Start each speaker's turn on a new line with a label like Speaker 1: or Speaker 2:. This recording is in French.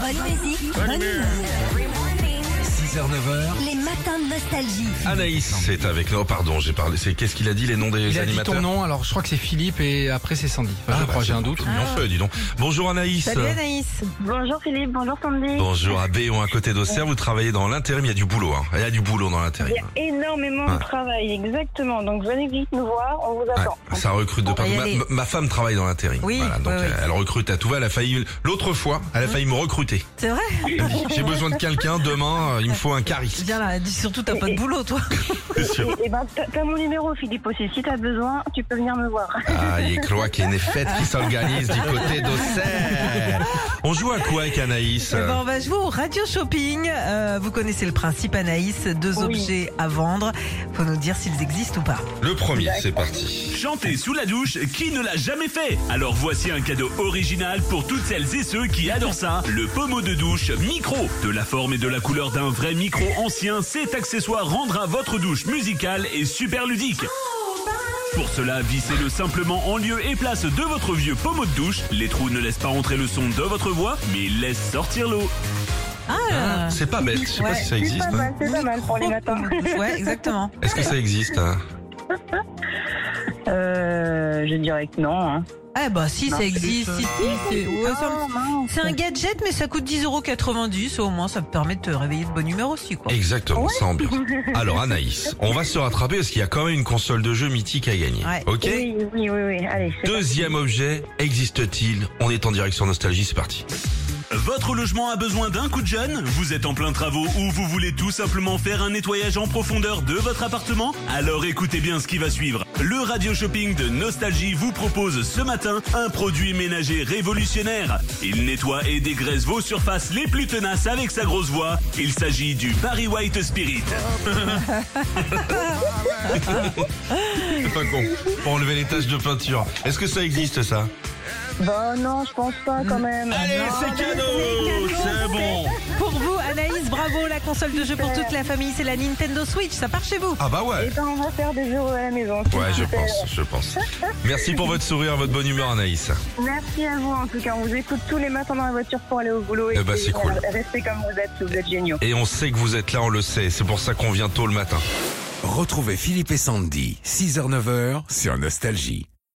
Speaker 1: Bonne musique, bonne humeur.
Speaker 2: 6h, 9h.
Speaker 1: Les matins de nostalgie.
Speaker 2: Anaïs c'est avec nous. Oh, pardon, j'ai parlé. C'est qu'est-ce qu'il a dit les noms des
Speaker 3: Il a dit
Speaker 2: animateurs
Speaker 3: ton nom, alors je crois que c'est Philippe et après c'est Sandy. Enfin, je
Speaker 2: bah,
Speaker 3: crois,
Speaker 2: c'est
Speaker 3: j'ai un
Speaker 2: bon,
Speaker 3: doute.
Speaker 2: c'est mignon feu, dis donc. Bonjour Anaïs.
Speaker 4: Anaïs.
Speaker 5: Bonjour Philippe, bonjour Sandy.
Speaker 2: Bonjour à Béon à côté d'Auxerre. Vous travaillez dans l'intérim. Il y a du boulot. Hein. Il y a du boulot dans
Speaker 5: Il y a
Speaker 2: l'intérim.
Speaker 5: énormément
Speaker 2: Ouais.
Speaker 5: de travail, exactement. Donc venez vite nous voir, on vous attend.
Speaker 2: Ouais, ça recrute de
Speaker 4: va
Speaker 2: partout.
Speaker 4: bah, y
Speaker 2: Ma,
Speaker 4: aller.
Speaker 2: ma- ma femme travaille dans l'intérim.
Speaker 4: Oui,
Speaker 2: Voilà, donc
Speaker 4: ouais,
Speaker 2: elle,
Speaker 4: ouais.
Speaker 2: elle recrute à tout va. Elle a failli l'autre fois, elle a failli me recruter.
Speaker 4: C'est vrai
Speaker 2: Elle me dit, J'ai besoin de quelqu'un demain. euh, Il me faut un cariste.
Speaker 4: Viens là, dis surtout t'as pas de boulot toi.
Speaker 2: C'est sûr.
Speaker 5: Et, et ben t'as t'as mon numéro Philippe aussi, si t'as besoin, tu peux venir me voir.
Speaker 2: Ah, il croit qu'il y a une fête qui s'organise du côté d'Auxerre. On joue à quoi avec Anaïs
Speaker 4: Eh ben, on va jouer au Radio Shopping. Euh, vous connaissez le principe Anaïs, deux
Speaker 5: Oui.
Speaker 4: objets à vendre. Faut nous dire s'ils existent ou pas.
Speaker 2: Le premier, c'est parti.
Speaker 6: Chanter sous la douche, qui ne l'a jamais fait Alors voici un cadeau original pour toutes celles et ceux qui adorent ça. Le pommeau de douche micro. De la forme et de la couleur d'un vrai micro ancien, cet accessoire rendra votre douche musicale et super ludique. Pour cela, vissez-le simplement en lieu et place de votre vieux pommeau de douche. Les trous ne laissent pas entrer le son de votre voix, mais laissent sortir l'eau.
Speaker 4: Ah,
Speaker 2: C'est pas bête. Je sais pas
Speaker 4: Ouais,
Speaker 2: si ça existe.
Speaker 5: C'est pas
Speaker 2: hein.
Speaker 5: mal, c'est pas mal pour les matins.
Speaker 4: Ouais, exactement.
Speaker 2: Est-ce que ça existe hein
Speaker 5: Euh, je dirais que non. Hein.
Speaker 4: Eh bah si,
Speaker 5: Non,
Speaker 4: ça existe. Si, si, c'est ouais, ça me-
Speaker 5: Ah, mince.
Speaker 4: c'est un gadget, mais ça coûte 10,90€. Au moins, ça te permet de te réveiller de bonne humeur aussi, quoi.
Speaker 2: Exactement, ça ambiance. Alors Anaïs, on va se rattraper parce qu'il y a quand même une console de jeu mythique à gagner.
Speaker 4: Ouais.
Speaker 2: Ok
Speaker 5: Oui, oui, oui, oui. Allez, c'est
Speaker 2: Deuxième objet, existe-t-il On est en direction Nostalgie, c'est parti.
Speaker 6: Votre logement a besoin d'un coup de jeune Vous êtes en plein travaux ou vous voulez tout simplement faire un nettoyage en profondeur de votre appartement Alors écoutez bien ce qui va suivre. Le Radio Shopping de Nostalgie vous propose ce matin un produit ménager révolutionnaire. Il nettoie et dégraisse vos surfaces les plus tenaces avec sa grosse voix. Il s'agit du Barry White Spirit.
Speaker 2: C'est pas con. Pour enlever les taches de peinture. Est-ce que ça existe ça
Speaker 5: Bon, non, je pense pas quand même.
Speaker 2: Allez,
Speaker 5: Non,
Speaker 2: c'est cadeau C'est bon
Speaker 4: Pour vous, Anaïs, bravo, la console de jeu pour toute la famille, c'est la Nintendo Switch, ça part chez vous.
Speaker 2: Ah bah ouais
Speaker 5: Eh ben, on va faire des euros à la maison.
Speaker 2: Ouais, je pense, je pense. Merci pour votre sourire, votre bonne humeur Anaïs.
Speaker 5: Merci à vous en tout cas. On vous écoute tous les matins dans la voiture pour aller au boulot. euh,
Speaker 2: Eh ben, c'est cool.
Speaker 5: Restez comme vous êtes, vous êtes géniaux.
Speaker 2: Et on sait que vous êtes là, on le sait. C'est pour ça qu'on vient tôt le matin.
Speaker 7: Retrouvez Philippe et Sandy, 6h-9h sur Nostalgie.